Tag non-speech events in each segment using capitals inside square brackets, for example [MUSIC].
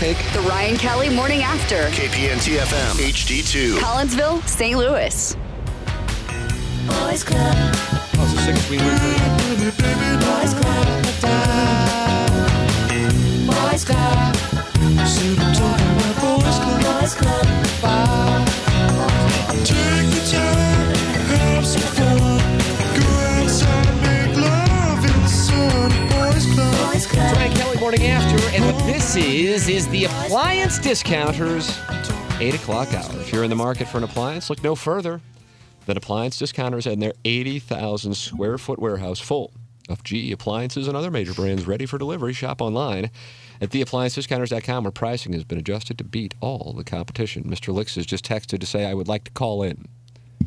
The Ryan Kelly Morning After. KPNT FM HD2. Collinsville, St. Louis. Boys Club. Boys Club. Boys Club. Boys Club. Take the time, have some fun. Go outside, make love in the sun. Boys club. Boys Club. Frank Kelly morning after, and what this is is the appliance discounters eight o'clock hour. If you're in the market for an appliance, look no further than appliance discounters and their eighty thousand square foot warehouse full of GE appliances and other major brands ready for delivery. Shop online at theappliancediscounters.com where pricing has been adjusted to beat all the competition. Mr. Lix has just texted to say I would like to call in.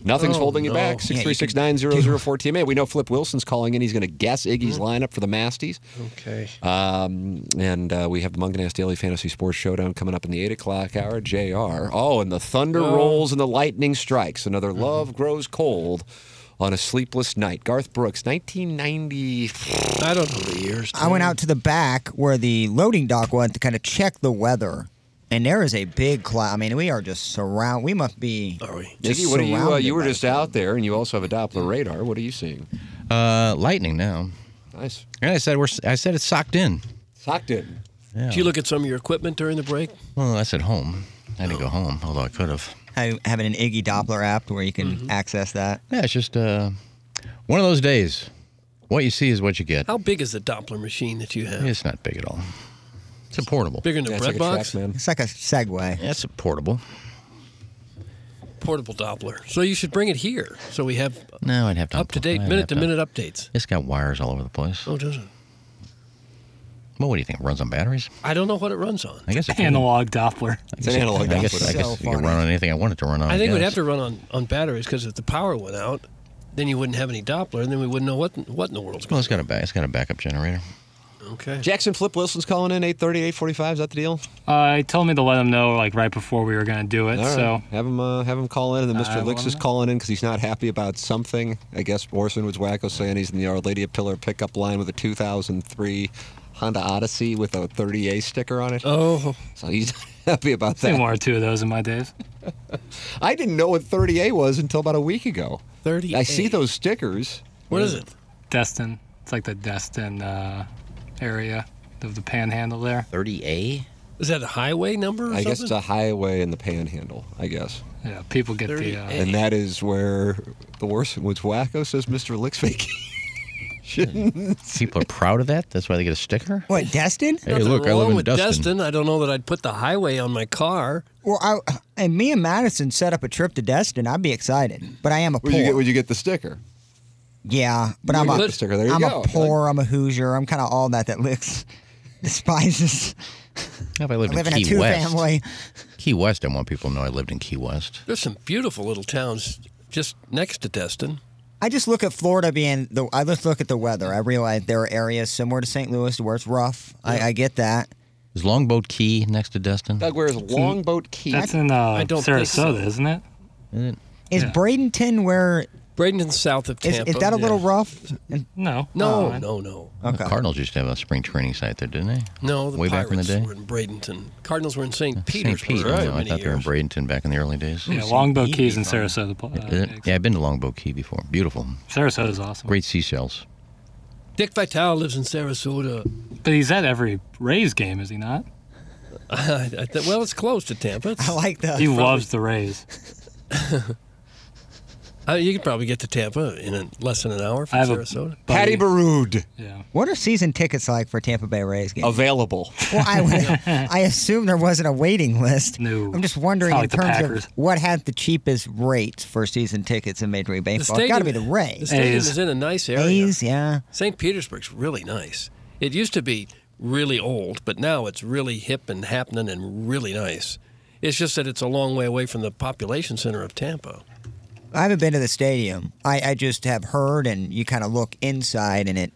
Nothing's holding you back. Six three six nine zero zero four TMA. We know Flip Wilson's calling in. He's going to guess Iggy's lineup for the Masties. Okay. Um, and uh, we have the Munganast Daily Fantasy Sports Showdown coming up in the 8 o'clock hour. JR. Oh, and the thunder rolls and the lightning strikes. Another Mm-hmm. love grows cold on a sleepless night. Garth Brooks, 1990. I don't know the years. I went out to the back where the loading dock was to kind of check the weather, and there is a big cloud. I mean, we are just surround. We must be. Are we? just Iggy, what are you? Uh, surrounded you were by just out there, and you also have a Doppler radar. What are you seeing? Uh, lightning now. Nice. And I said we're. I said it's socked in. Socked in. Yeah. Did you look at some of your equipment during the break? Well, that's at home. I didn't go home, although I could have. ha- having an Iggy Doppler app where you can Mm-hmm. access that. Yeah, it's just uh, one of those days. What you see is what you get. How big is the Doppler machine that you have? It's not big at all. It's a portable. Bigger than a Yeah, it's bread like a box? track, man. It's like a Segway. Yeah, it's a portable. Portable Doppler. So you should bring it here so we have No, I'd have to up to date, I'd minute have to minute updates. It's got wires all over the place. Oh, does it? Well, what do you think? It runs on batteries? I don't know what it runs on. I guess it Analog Doppler. It's an analog. I guess, Doppler. I guess So it can funny. run on anything I want it to run on. I think we'd guess. have to run on, on batteries because if the power went out, then you wouldn't have any Doppler, and then we wouldn't know what what in the world's Well, going it's got a back. It's got a backup generator. on. Okay. Jackson Flip Wilson's calling in 8:30, 8:45. Is that the deal? Uh, he told me to let him know like right before we were gonna do it. All right. So have him uh, have him call in, and then Mr. I Lix will is not. calling in because he's not happy about something. I guess Orson was wacko saying he's in the Our Lady of Pillar pickup line with a 2003 Honda Odyssey with a 30A sticker on it. Oh, So he's [LAUGHS] not happy about seen that. one or two of those in my days. I didn't know what 30A was until about a week ago. 30. I see those stickers. What is it? Destin. It's like the Destin uh, area of the Panhandle there. 30A. Is that a highway number? Or I guess it's something? a highway in the Panhandle. I guess, Yeah, people get the. Uh, 38. and that is where the Orson was wacko says Mr. Lix fake. Shouldn't People are proud of that. That's why they get a sticker. What, Destin? Hey, look, I Nothing live wrong in with Destin. I don't know that I'd put the highway on my car. Well, I, and me and Madison set up a trip to Destin. I'd be excited, but I am a poor. would you get? Would you get the sticker? yeah, but I'm You a get the sticker. There you I'm go. a poor. I'm a Hoosier. I'm kind of all that that licks [LAUGHS] despises. If I I lived live in in a Key two West, family. Key West, I want people to know I lived in Key West. There's some beautiful little towns just next to Destin. I just look at Florida being the. I just look at the weather. I realize there are areas similar to St. Louis where it's rough. I, I get that. Is Longboat Key next to Destin? Doug, where's Longboat Key? that's in uh, I don't think Sarasota, so. isn't it? Is Yeah. Bradenton where Bradenton's south of is, Tampa. is that a Yeah. little rough? And- No. No, Uh, no, no, Okay. The Cardinals used to have a spring training site there, didn't they? no. The Way back Pirates in the day. were in Bradenton. Cardinals were in St. St. Peter's. Pete. for I, so know. I many thought they were in years. Bradenton back in the early days. Yeah, Longboat Easy Keys in fun. Sarasota. pl- Is it? Uh, Yeah, I've been to Longboat Key before. Beautiful. Sarasota's awesome. Great seashells. Dick Vitale lives in Sarasota. But he's at every Rays game, is he not? [LAUGHS] I th- well, it's close to Tampa. It's- I like that. He loves the Rays. [LAUGHS] Uh, you could probably get to Tampa in a, less than an hour from Sarasota. Barood. Yeah. What are season tickets like for Tampa Bay Rays games? Available. Well, I, [LAUGHS] would- I assume there wasn't a waiting list. No. I'm just wondering It's not in like the terms Packers. of what had the cheapest rates for season tickets in Major League Baseball. It's stadium- got to be the Rays. The stadium is in a nice area. A's, yeah. St. Petersburg's really nice. It used to be really old, but now it's really hip and happening and really nice. It's just that it's a long way away from the population center of Tampa. I haven't been to the stadium. I, I just have heard, and you kind of look inside, and it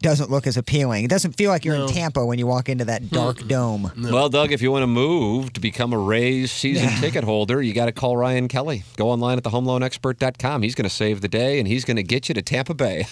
doesn't look as appealing. It doesn't feel like you're in Tampa when you walk into that dark dome. Well, Doug, if you want to move to become a Rays season ticket holder, you got to call Ryan Kelly. Go online at thehomeloanexpert.com. He's going to save the day and he's going to get you to Tampa Bay.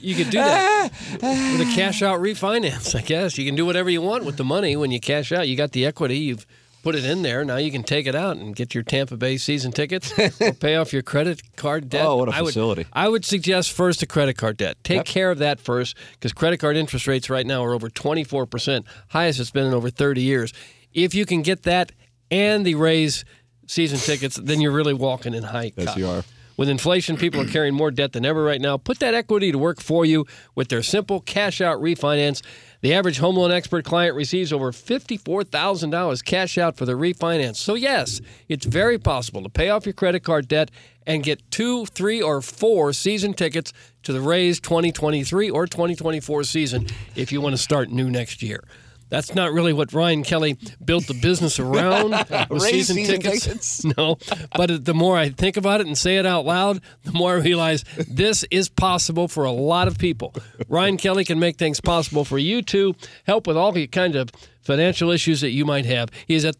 You could do that with a cash out refinance, I guess. You can do whatever you want with the money when you cash out. You got the equity, you've put it in there. Now you can take it out and get your Tampa Bay season tickets or pay off your credit card debt. Oh, what a I would- facility. I would suggest first the credit card debt. Take care of that first because credit card interest rates right now are over 24%, highest it's been in over 30 years. If you can get that and the Rays season tickets, then you're really walking in high Yes, you are. With inflation, people are carrying more debt than ever right now. Put that equity to work for you with their simple cash out refinance. The average home loan expert client receives over $54,000 cash out for the refinance. So, yes, it's very possible to pay off your credit card debt and get two, three, or four season tickets to the Rays 2023 or 2024 season if you want to start new next year. That's not really what Ryan Kelly built the [LAUGHS] business around with Raise season, season tickets. tickets. [LAUGHS] No, but the more I think about it and say it out loud, the more I realize this is possible for a lot of people. Ryan Kelly can make things possible for you too. Help with all the kind of financial issues that you might have. He is at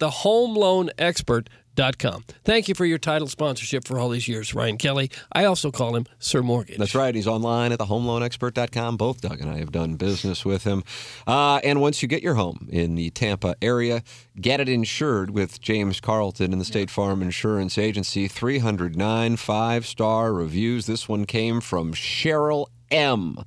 thehomeloanexpert.com. Thank you for your title sponsorship for all these years, Ryan Kelly. I also call him Sir Mortgage. That's right. He's online at thehomeloanexpert.com. Both Doug and I have done business with him. Uh, and once you get your home in the Tampa area, get it insured with James Carlton and the State Farm Insurance Agency. 309 five star reviews. This one came from Cheryl M.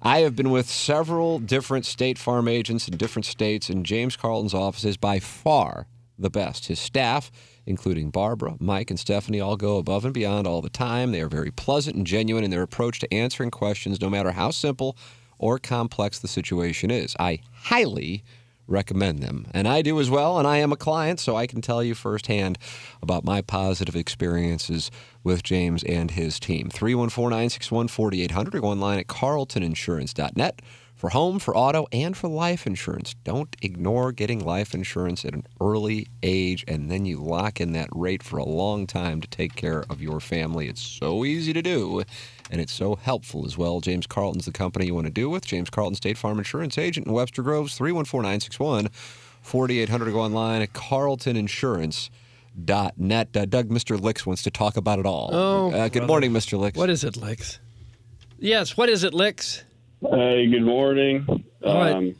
I have been with several different State Farm agents in different states, and James Carlton's office is by far the best. His staff, including Barbara, Mike, and Stephanie, all go above and beyond all the time. They are very pleasant and genuine in their approach to answering questions, no matter how simple or complex the situation is. I highly recommend them. And I do as well, and I am a client, so I can tell you firsthand about my positive experiences with James and his team. 314 961 4800 or go online at carltoninsurance.net for home, for auto, and for life insurance. Don't ignore getting life insurance at an early age, and then you lock in that rate for a long time to take care of your family. It's so easy to do, and it's so helpful as well. James Carlton's the company you want to do with. James Carlton State Farm Insurance Agent in Webster Groves, 314 961 4800. Go online at carltoninsurance.net. Uh, Doug, Mr. Licks wants to talk about it all. Oh, Uh, good brother. morning, Mr. Licks. What is it, Lex? Yes, what is it, Lex? Hey, good morning. All right. Um,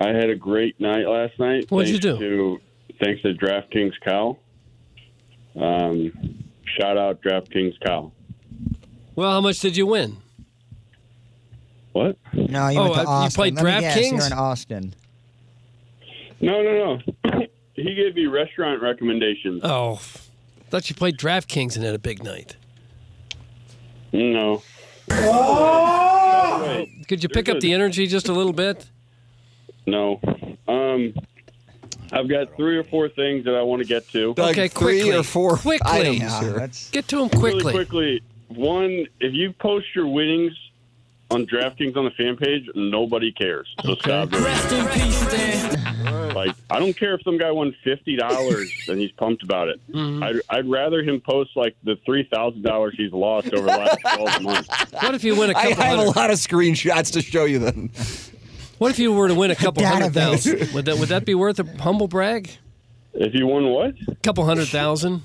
I had a great night last night. What'd you thanks To, thanks to DraftKings Cow. Um, shout out DraftKings Cow. Well, how much did you win? What? No, you Oh, went to uh, you Austin. played Let me guess, you're DraftKings? in Austin. No, no, no. [COUGHS] he gave me restaurant recommendations. Oh, thought you played DraftKings and had a big night. No. Could you pick up the energy just a little bit? No. Um, I've got three or four things that I want to get to. okay, quickly. quickly. Get to them quickly. Really quickly. One, if you post your winnings on DraftKings on the fan page, nobody cares. So stop doing it. in peace, Dan. Like, I don't care if some guy won fifty dollars and he's pumped about it. I'd, I'd rather him post like the three thousand dollars he's lost over the last twelve months. What if you win a I couple have a hundred- lot of screenshots to show you then. What if you were to win a couple hundred Database. thousand? Would that would that be worth a humble brag? If you won what? A couple hundred thousand.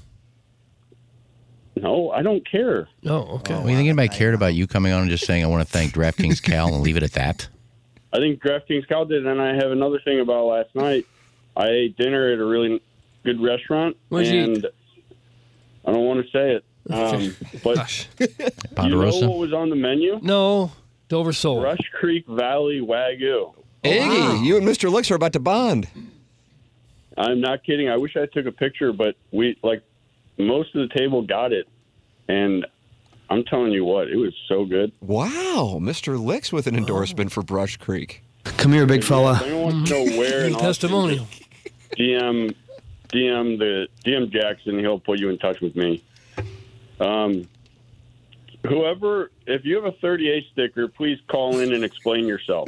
No, I don't care. Oh, okay. Well, you think anybody cared about you coming on and just saying, I want to thank DraftKings Cal and leave it at that? I think DraftKings Cal did, and I have another thing about last night. I ate dinner at a really good restaurant, What'd you and I don't want to say it, um, but you Ponderosa? know what was on the menu? No, Dover Soul. Rush Creek Valley Wagyu. Iggy, you and Mr. Licks are about to bond. I'm not kidding. I wish I took a picture, but we like most of the table got it, and I'm telling you what, it was so [LAUGHS] good. Wow, Mr. Licks with an endorsement for Brush Creek. Come here, big If anyone wants to know where in testimonial. DM DM the DM Jackson. He'll put you in touch with me. Um, whoever, if you have a 38 sticker, please call in and explain [LAUGHS] yourself.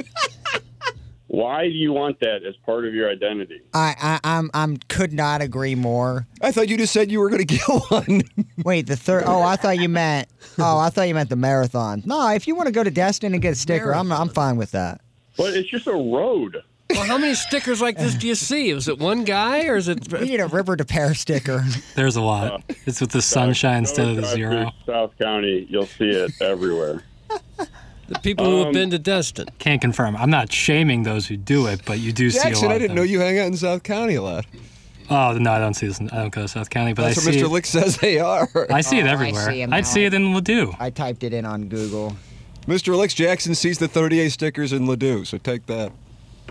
Why do you want that as part of your identity? I, I I'm I'm could not agree more. I thought you just said you were going to [LAUGHS] get one. Wait, the third. Oh, I thought you meant. Oh, I thought you meant the marathon. No, if you want to go to Destin and get a sticker, I'm I'm fine with that. But it's just a road. Well, how many stickers like this do you see? Is it one guy or is it? We need a river to pair sticker. [LAUGHS] There's a lot. Uh, It's with the sunshine instead of the Drive through zero. South County, you'll see it everywhere. The people who have Um, been to Destin. Can't confirm. I'm not shaming those who do it, but you do see Jackson, a lot. I didn't know you hang out in South County a lot. Oh no, I don't see this. I don't go to South County, but That's I what see Mr. it- Lick says [LAUGHS] they are. Oh, I see it everywhere. I'd see it in Ladue. I typed it in on Google. Mr. Licks Jackson sees the 38 stickers in Ladue, so take that.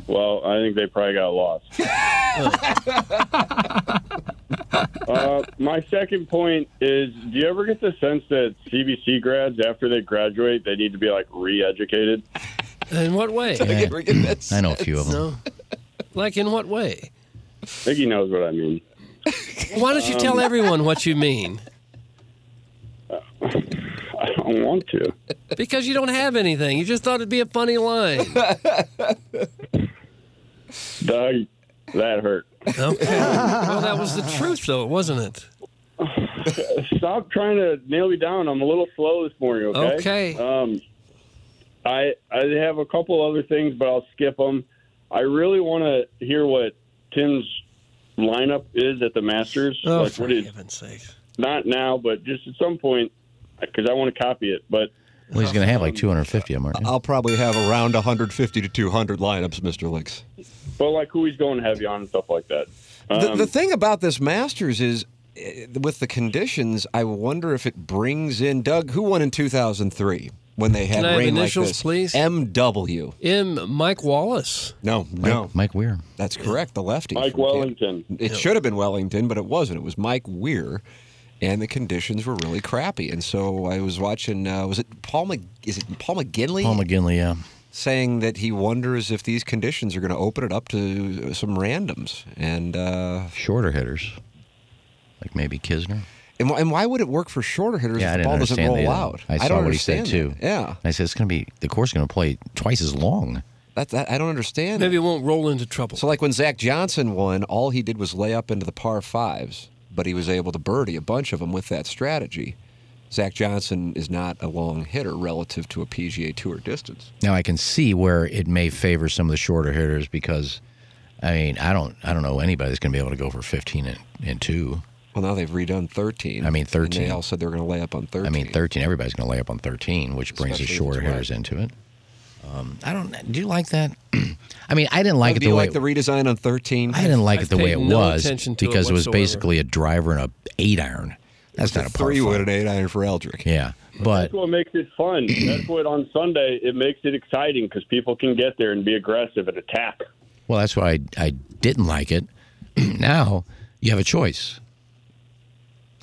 Well, I think they probably got lost. uh, my second point is: Do you ever get the sense that CBC grads, after they graduate, they need to be like re-educated? In what way? I know a few of them. No. Like in what way? I think he knows what I mean. Why don't you tell Um, everyone what you mean? I don't want to. Because you don't have anything. You just thought it'd be a funny line. Doug, that hurt. well, that was the truth, though, wasn't it? Stop trying to nail me down. I'm a little slow this morning. Okay. Okay. Um, I I have a couple other things, but I'll skip them. I really want to hear what Tim's lineup is at the Masters. Oh, like, for what is heaven's sake. not now, but just at some point, because I want to copy it. But Well, he's going to have like 250 of them, aren't I'll probably have around 150 to 200 lineups, Mr. Licks. but like who he's going heavy on and stuff like that. the, Um, the thing about this Masters is, eh, with the conditions, I wonder if it brings in Doug. Who won in 2003 when they had Can I have rain initials, like this? please? M.W. M. Mike Wallace. No, no, Mike Weir. That's correct. The lefty. Mike from Canada. Wellington. It should have been Wellington, but it wasn't. It was Mike Weir, and the conditions were really crappy. And so I was watching. Uh, was it Paul? Mc, is it Paul McGinley? they? Paul McGinley, yeah. saying that he wonders if these conditions are going to open it up to some randoms and uh, shorter hitters, like maybe Kisner. And, why- and why would it work for shorter hitters Yeah, I if the didn't ball doesn't understand roll that either. out? I saw don't what he said too. understand that. Yeah, I said it's going to be the course is going to play twice as long. that, that I don't understand. Maybe it won't roll into trouble. So, like when Zach Johnson won, all he did was lay up into the par fives, but he was able to birdie a bunch of them with that strategy. Zach Johnson is not a long hitter relative to a PGA Tour distance. Now I can see where it may favor some of the shorter hitters because, I mean, I don't, I don't know anybody that's going to be able to go for 15 and, and two. Well, now they've redone 13. I mean, And 13. they all said they were going to lay up on 13. I mean, 13. Everybody's going to lay up on 13, which brings the Especially if shorter it's wet. hitters into it. Um, I don't. Do you like that? [CLEARS THROAT] I mean, I didn't like Doug, it do the you way like the redesign on 13? I didn't like it the way it was attention to it because it, was whatsoever. basically a driver and a eight iron. That's not a par three five. wood and eight iron for Eldrick. Yeah, but that's what makes it [CLEARS THROAT] fun. that's what on Sunday it makes it exciting because people can get there and be aggressive and attack. well, that's why I, I didn't like it. [CLEARS THROAT] now you have a choice,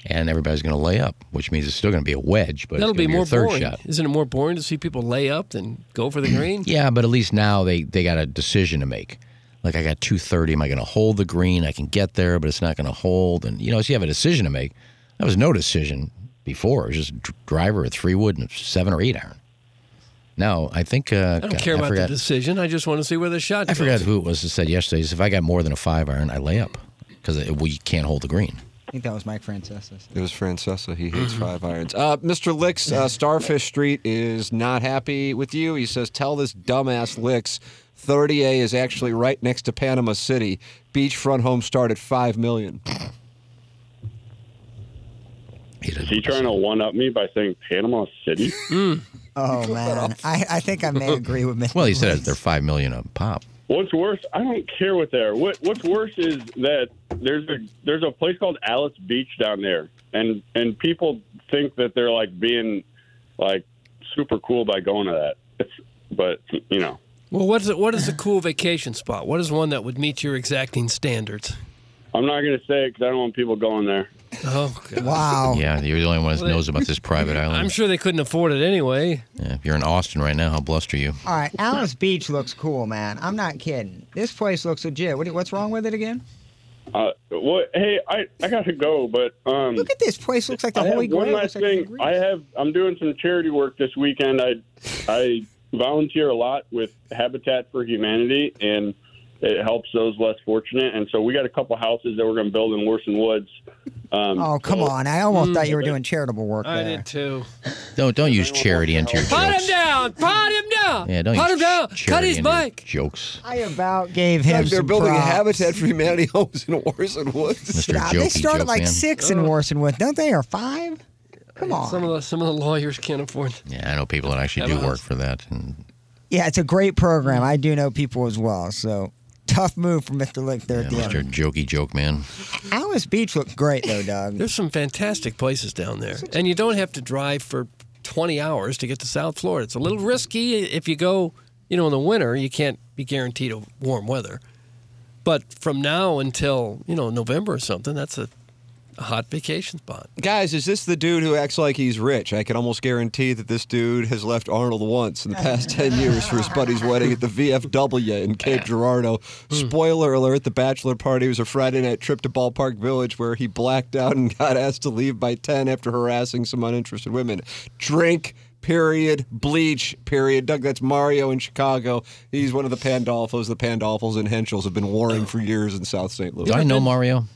and everybody's going to lay up, which means it's still going to be a wedge, but That'll it's gonna be be more your third boring. shot. Isn't it more boring to see people lay up than go for the green? Yeah, but at least now they they got a decision to make. Like I got two thirty. Am I going to hold the green? I can get there, but it's not going to hold. And you know, so you have a decision to make. That was no decision before. It was just dr- driver with three wood and a seven or eight iron. Now I think uh, I don't care about forgot, the decision. I just want to see where the shot I goes. forgot who it was that said yesterday. he said, If I got more than a five iron, I lay up because well, you can't hold the green. I think that was Mike Francesa. It was Francesa. He hates Mm-hmm. five irons. Uh, Mr. [LAUGHS] Licks, uh, Starfish Street is not happy with you. He says, "Tell this dumbass Licks, 30A is actually right next to Panama City. Beachfront home start at five million. Is he trying to one up me by saying Panama City? Oh man, I, I think I may agree with Mr. Well, he said they're five million a pop. What's worse, I don't care what they are. What What's worse is that there's a there's a place called Alice Beach down there, and and people think that they're like being like super cool by going to that. It's, but you know, Well, what's it, what is a cool vacation spot? What is one that would meet your exacting standards? I'm not going to say it because I don't want people going there. Oh, God. Wow. Yeah, you're the only one that knows [LAUGHS] about this private island. I'm sure they couldn't afford it anyway. Yeah, if you're in Austin right now, how blessed are you? All right, Alice Beach looks cool, man. I'm not kidding. This place looks legit. What, what's wrong with it again? Uh, what? Hey, I, I gotta go, but um, look at this place. Looks like the I have Holy One Grail. last Looks like thing, I have. I'm doing some charity work this weekend. I I volunteer a lot with Habitat for Humanity, and it helps those less fortunate. And so we got a couple houses that we're going to build in Worson Woods. Um, Oh, come on. I almost thought you were doing charitable work I there. did too. Don't don't use charity into your Pot jokes. him down! Pot him down! Yeah, don't pot use him down! ch- Cut charity his into your bike! Jokes. I about gave him They're some building props. Habitat for Humanity [LAUGHS] homes in Orson Woods. Mr. Nah, uh, they start at like six in Warson with, don't they? Or five? Come on. Some of the some of the lawyers can't afford. Yeah, I know people that actually do work for that. And Yeah, it's a great program. I do know people as well. So tough move from Mr. Lick there at the Mr. end. Jokey Joke Man. Alice Beach looks great though, Doug. There's some fantastic places down there, and you don't have to drive for 20 hours to get to South Florida. It's a little risky if you go, you know, in the winter. You can't be guaranteed of warm weather, but from now until you know November or something, that's a, a hot vacation spot. Guys, is this the dude who acts like he's rich? I can almost guarantee that this dude has left Arnold once in the past 10 years for his buddy's wedding at the VFW in Cape Girardeau. Spoiler alert, the bachelor party was a Friday night trip to Ballpark Village where he blacked out and [LAUGHS] got asked to leave by 10 after harassing some uninterested women. Drink, period, bleach, period. Doug, that's Mario in Chicago. He's one of the Pandolfos. The Pandolfos and Henschels have been warring for years in South St. Louis. Do I know Mario?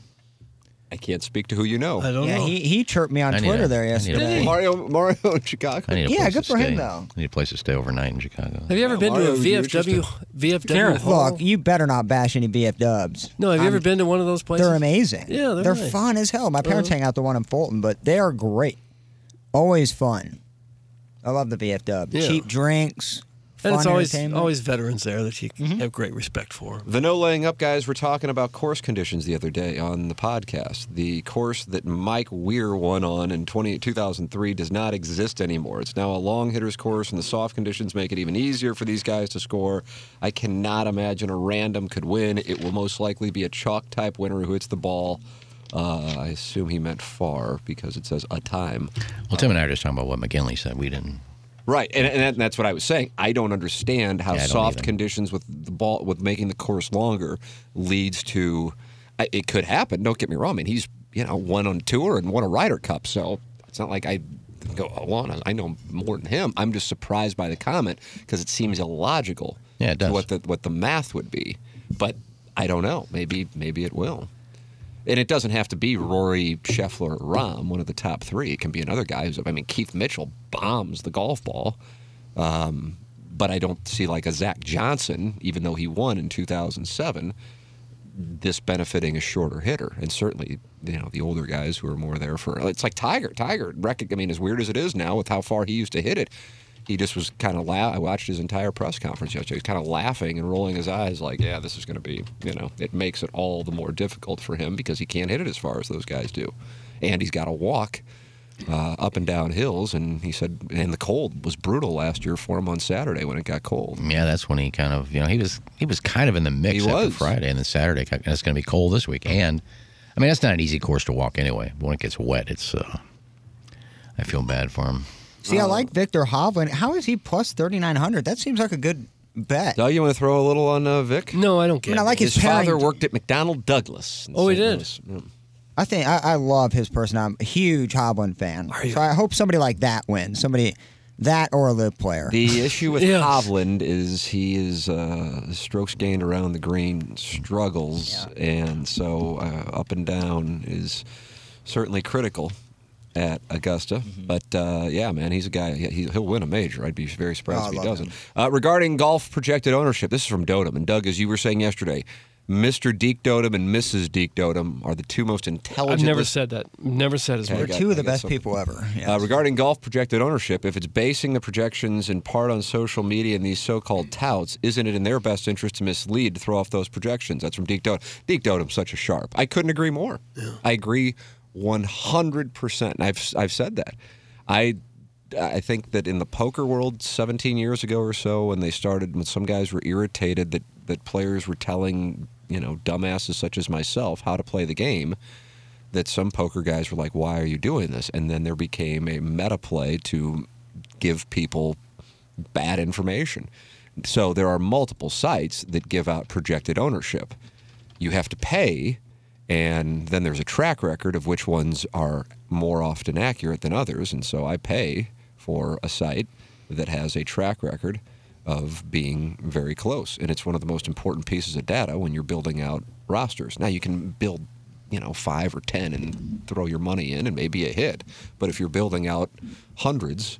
I can't speak to who you know. I don't yeah, he, he chirped me on I need Twitter a- there I need a yesterday. plane. Mario, Mario in Chicago. I need a Yeah, place good to for him, stay. though. I need a place to stay overnight in Chicago. Have you Oh, ever been to a Mario, you're VFW VFW? hall? Look, you better not bash any BF dubs. No, have you ever I'm- been to one of those places? They're amazing. Yeah, they're they're nice. Uh-huh. fun as hell. My parents hang out the one in Fulton, but they are great. Always fun. I love the BF dub. Yeah. Cheap drinks. And it's fun always entertainment. always veterans there that you have great respect for. The no laying up guys were talking about course conditions the other day on the podcast. The course that Mike Weir won on in 20, 2003 does not exist anymore. It's now a long hitters course, and the soft conditions make it even easier for these guys to score. I cannot imagine a random could win. It will most likely be a chalk type winner who hits the ball. Uh, I assume he meant far because it says a time. Well, Tim and I are just talking about what McGinley said. We didn't. Right, and, and that- that's what I was saying. I don't understand how Yeah, I don't soft either. conditions with the ball, with making the course longer, leads to. I- It could happen. Don't get me wrong. I mean, he's you know won on tour and won a Ryder Cup, so it's not like I go along. I know more than him. I'm just surprised by the comment because it seems illogical. Yeah, it does. To what the what the math would be, but I don't know. Maybe maybe it will. And it doesn't have to be Rory Scheffler or Rahm, one of the top three. It can be another guy. Who's, I mean, Keith Mitchell bombs the golf ball. Um, but I don't see like a Zach Johnson, even though he won in 2007, this benefiting a shorter hitter. And certainly, you know, the older guys who are more there for it's like Tiger. Tiger, rec- I mean, as weird as it is now with how far he used to hit it, he just was kind of laugh. I watched his entire press conference yesterday. He was kind of laughing and rolling his eyes, like, yeah, this is going to be, you know, it makes it all the more difficult for him because he can't hit it as far as those guys do. And he's got to walk uh, up and down hills. And he said, and the cold was brutal last year for him on Saturday when it got cold. Yeah, that's when he kind of you know he was he was kind of in the mix He after was. Friday and then Saturday. And it's going to be cold this week. And I mean that's not an easy course to walk anyway. But when it gets wet, it's uh, I feel bad for him. See, I like Victor Hovland. How is he plus 3,900? That seems like a good bet. Doug, you want to throw a little on uh, Vic? No, I don't I mean, I like his, parent- father worked at McDonnell Douglas. in Oh, he St. did? Louis. Yeah. I think I, I love his person. I'm a huge Hovland fan. So I hope somebody like that wins. Somebody that or a live player. The [LAUGHS] issue with Hovland is he is uh, strokes gained around the green struggles, and so uh, up and down is certainly critical at Augusta. Mm-hmm. But uh, yeah, man, he's a guy. He, he- he'll win a major. I'd be very Oh, I surprised if love he doesn't. Uh, regarding golf projected ownership, this is from Dotem and Doug, as you were saying yesterday. Mr. Deke Dotem and Mrs. Deke Dotem are the two most intelligent. I've never said that. Never said as Okay, I much. got- I got something. Uh, [LAUGHS] regarding golf projected ownership, if it's basing the projections in part on social media and these so-called touts, isn't it in their best interest to mislead to throw off those projections? That's from Deke Dotem. Deke Dotem's such a sharp. I couldn't agree more. I agree 100. percent I've I've said that. I I think that in the poker world, 17 years ago or so, when they started, when some guys were irritated that that players were telling, you know, dumbasses such as myself how to play the game. That some poker guys were like, "Why are you doing this?" And then there became a meta play to give people bad information. So there are multiple sites that give out projected ownership. You have to pay, and then there's a track record of which ones are more often accurate than others. And so I pay for a site that has a track record of being very close. And it's one of the most important pieces of data when you're building out rosters. Now you can build, you know, five or 10 and throw your money in and maybe a hit. But if you're building out hundreds,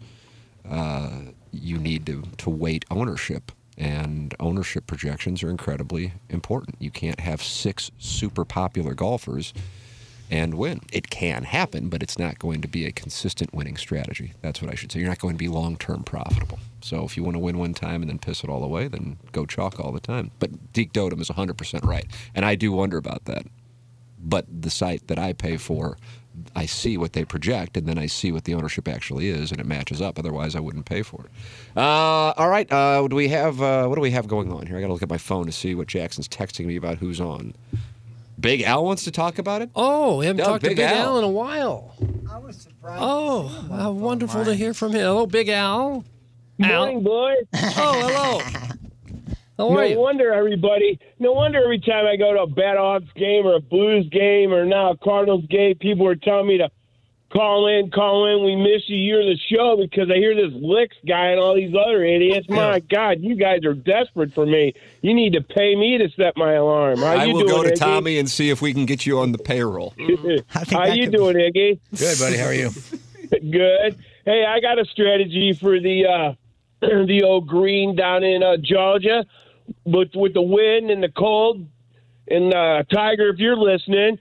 uh, you need to, to weight ownership. And ownership projections are incredibly important. You can't have six super popular golfers and win. It can happen, but it's not going to be a consistent winning strategy. That's what I should say. You're not going to be long term profitable. So if you want to win one time and then piss it all away, then go chalk all the time. But Deke Dotum is 100% right. And I do wonder about that. But the site that I pay for I see what they project, and then I see what the ownership actually is, and it matches up. Otherwise, I wouldn't pay for it. Uh, all right, uh, do we have uh, what do we have going on here? I got to look at my phone to see what Jackson's texting me about who's on. Big Al wants to talk about it. Oh, we haven't No, talked to Big Big Al. Al. in a while. I was surprised. Oh, how wonderful to hear from him. Hello, Big Al. Morning, boys. [LAUGHS] [LAUGHS] Oh, hello. How no are you? wonder everybody. No wonder every time I go to a bad odds game or a Blues game or now a Cardinals game, people are telling me to call in, call in. We miss you. You're the show because I hear this Licks guy and all these other idiots. My God, you guys are desperate for me. You need to pay me to set my alarm. How I you will doing, go to Iggy? Tommy and see if we can get you on the payroll. How you doing, Iggy? Good, buddy. How are you? Good. Hey, I got a strategy for the uh, [CLEARS THROAT] the old green down in uh, Georgia, but with the wind and the cold. And uh, Tiger, if you're listening,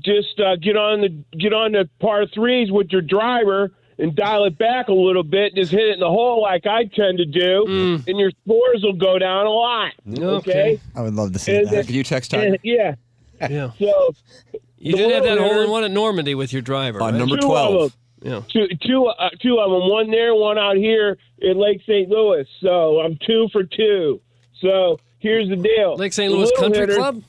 just uh, get on the get on the par threes with your driver and dial it back a little bit. Just hit it in the hole like I tend to do, Mm. and your scores will go down a lot. okay. I would love to see And that. then- and- yeah. Yeah. So You did have that hole one. in one at Normandy with your driver. On right? number Two 12. of Yeah. Two, two, uh, two of them. One there, one out here in Lake St. Louis. So I'm two for two. So here's the deal. Lake St. The Louis little Country hitters- Club?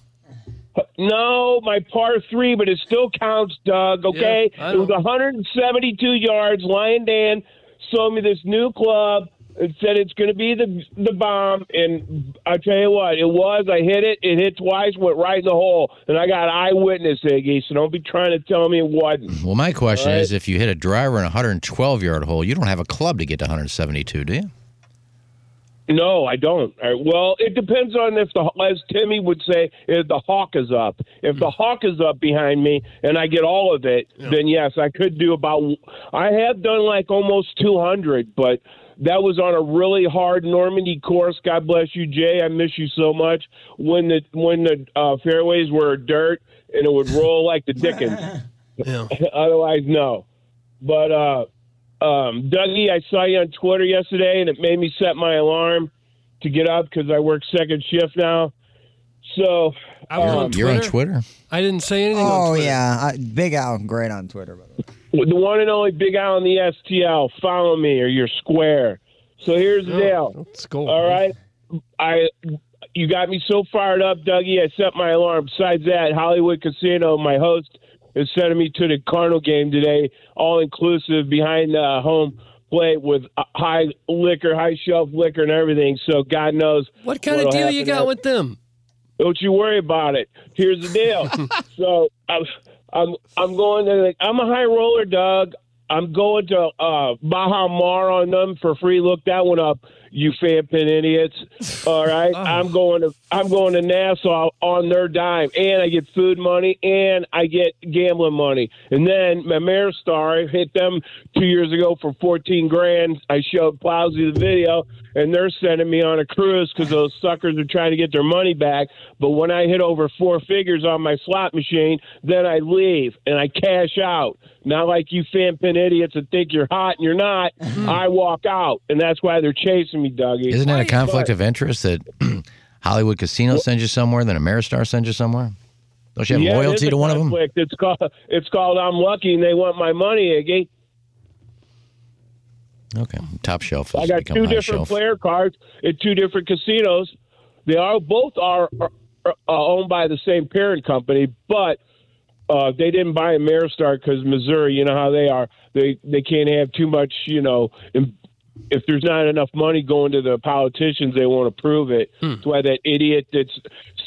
No, my par three, but it still counts, Doug. Okay, Yeah, I it was 172 yards. Lion Dan sold me this new club. It said it's going to be the the bomb, and I tell you what, it was. I hit it. It hit twice, went right in the hole, and I got eyewitness, Iggy. So don't be trying to tell me it wasn't. Well, my question All right. is if you hit a driver in a 112 yard hole, you don't have a club to get to 172, do you? No, I don't. All right, well, it depends on if the as Timmy would say, if the hawk is up. If the hawk is up behind me and I get all of it, then yes, I could do about. I have done like almost 200, but that was on a really hard Normandy course. God bless you, Jay. I miss you so much. When the when the uh, fairways were dirt and it would roll like the Dickens. Otherwise, no. But uh, um, Dougie, I saw you on Twitter yesterday, and it made me set my alarm to get up because I work second shift now. So um, I was on You're on Twitter? I didn't say anything. Oh on Twitter. yeah, I, Big Al, great on Twitter. By the way. the one and only Big Al on the STL. Follow me, or you're square. So here's the deal. Let's go. All right, I you got me so fired up, Dougie. I set my alarm. Besides that, Hollywood Casino, my host, is sending me to the Cardinal game today, all inclusive behind the home plate with uh, high liquor, high shelf liquor, and everything. So God knows What kind of what'll deal you happen got after- with them? don't you worry about it. Here's the deal. [LAUGHS] so I'm, I'm I'm going to the, I'm a high roller, Doug. I'm going to uh, Baja Mar on them for free. Look that one up, you famping idiots. [LAUGHS] All right, I'm going to I'm going to Nassau on their dime, and I get food money, and I get gambling money, and then my Mare Star I hit them two years ago for fourteen grand. I showed Plowsy the video, and they're sending me on a cruise because those suckers are trying to get their money back. But when I hit over four figures on my slot machine, then I leave and I cash out. Not like you fan pin idiots that think you're hot and you're not. I walk out, and that's why they're chasing me, Dougie. Isn't that a conflict But- of interest that [CLEARS THROAT] Hollywood Casino sends you somewhere, then Ameristar sends you somewhere? Don't you have Yeah, it is loyalty a to one of them? conflict. It's called it's called I'm lucky, and they want my money, eh, Iggy. Okay, top shelf. I has got become two high different shelf. player cards at two different casinos. They are both are, are, are owned by the same parent company, but uh, they didn't buy Ameristar because Missouri, you know how they are. They they can't have too much, you know. Im- if there's not enough money going to the politicians, they won't approve it. Hmm. That's why that idiot that's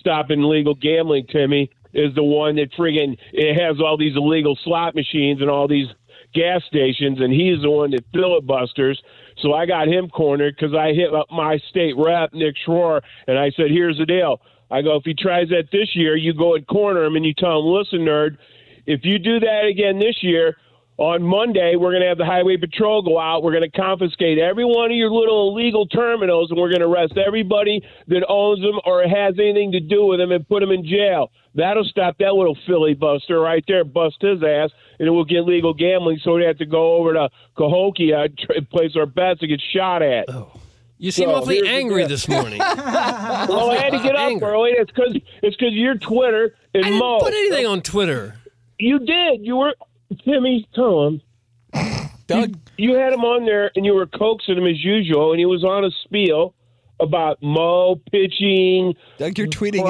stopping legal gambling, Timmy, is the one that friggin' it has all these illegal slot machines and all these gas stations, and he's the one that filibusters. So I got him cornered because I hit up my state rep, Nick Schroer, and I said, "Here's the deal." I go, "If he tries that this year, you go and corner him, and you tell him, listen, nerd, if you do that again this year." On Monday, we're going to have the highway patrol go out. We're going to confiscate every one of your little illegal terminals, and we're going to arrest everybody that owns them or has anything to do with them and put them in jail. That'll stop that little filibuster right there, bust his ass, and it will get legal gambling. So we have to go over to Cahokia and tr- place our bets and get shot at. You seem So, awfully here's the angry deal. this morning. well, I Oh, had to get up early. It's because it's because your Twitter and I didn't Mo. put anything on Twitter. You did. You were Timmy. Tell him. Doug, you, you had him on there, and you were coaxing him as usual, and he was on a spiel about Mo pitching. Doug, you're tweeting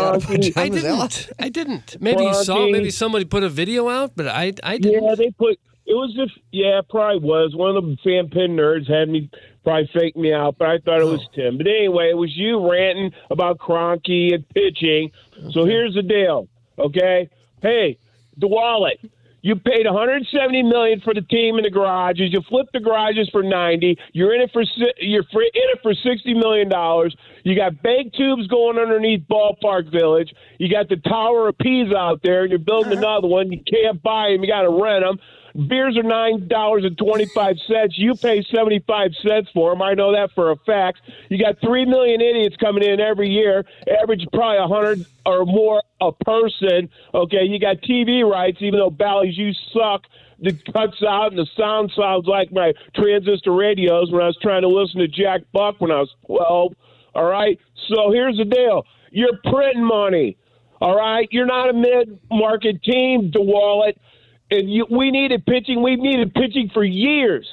I didn't. I didn't. Maybe you saw. Froggy. Maybe somebody put a video out, but I, I didn't. Yeah, they put. It was if yeah, it probably was one of the fan pin nerds had me probably faked me out, but I thought it was Tim. But anyway, it was you ranting about Cronky and pitching. So here's the deal, okay? Hey, the wallet. You paid 170 million for the team and the garages. You flipped the garages for 90. You're in it for si- you're fr- in it for 60 million dollars. You got bank tubes going underneath Ballpark Village. You got the Tower of P's out there, and you're building another one. You can't buy them. You got to rent them. Beers are nine dollars and twenty five cents. You pay seventy five cents for them. I know that for a fact. You got three million idiots coming in every year, average probably a hundred or more a person. Okay, you got TV rights, even though Bally's you suck. It cuts out and the sound sounds like my transistor radios when I was trying to listen to Jack Buck when I was twelve. All right. So here's the deal: you're printing money. All right, you're not a mid-market team, DeWallet, and you, we needed pitching. We've needed pitching for years,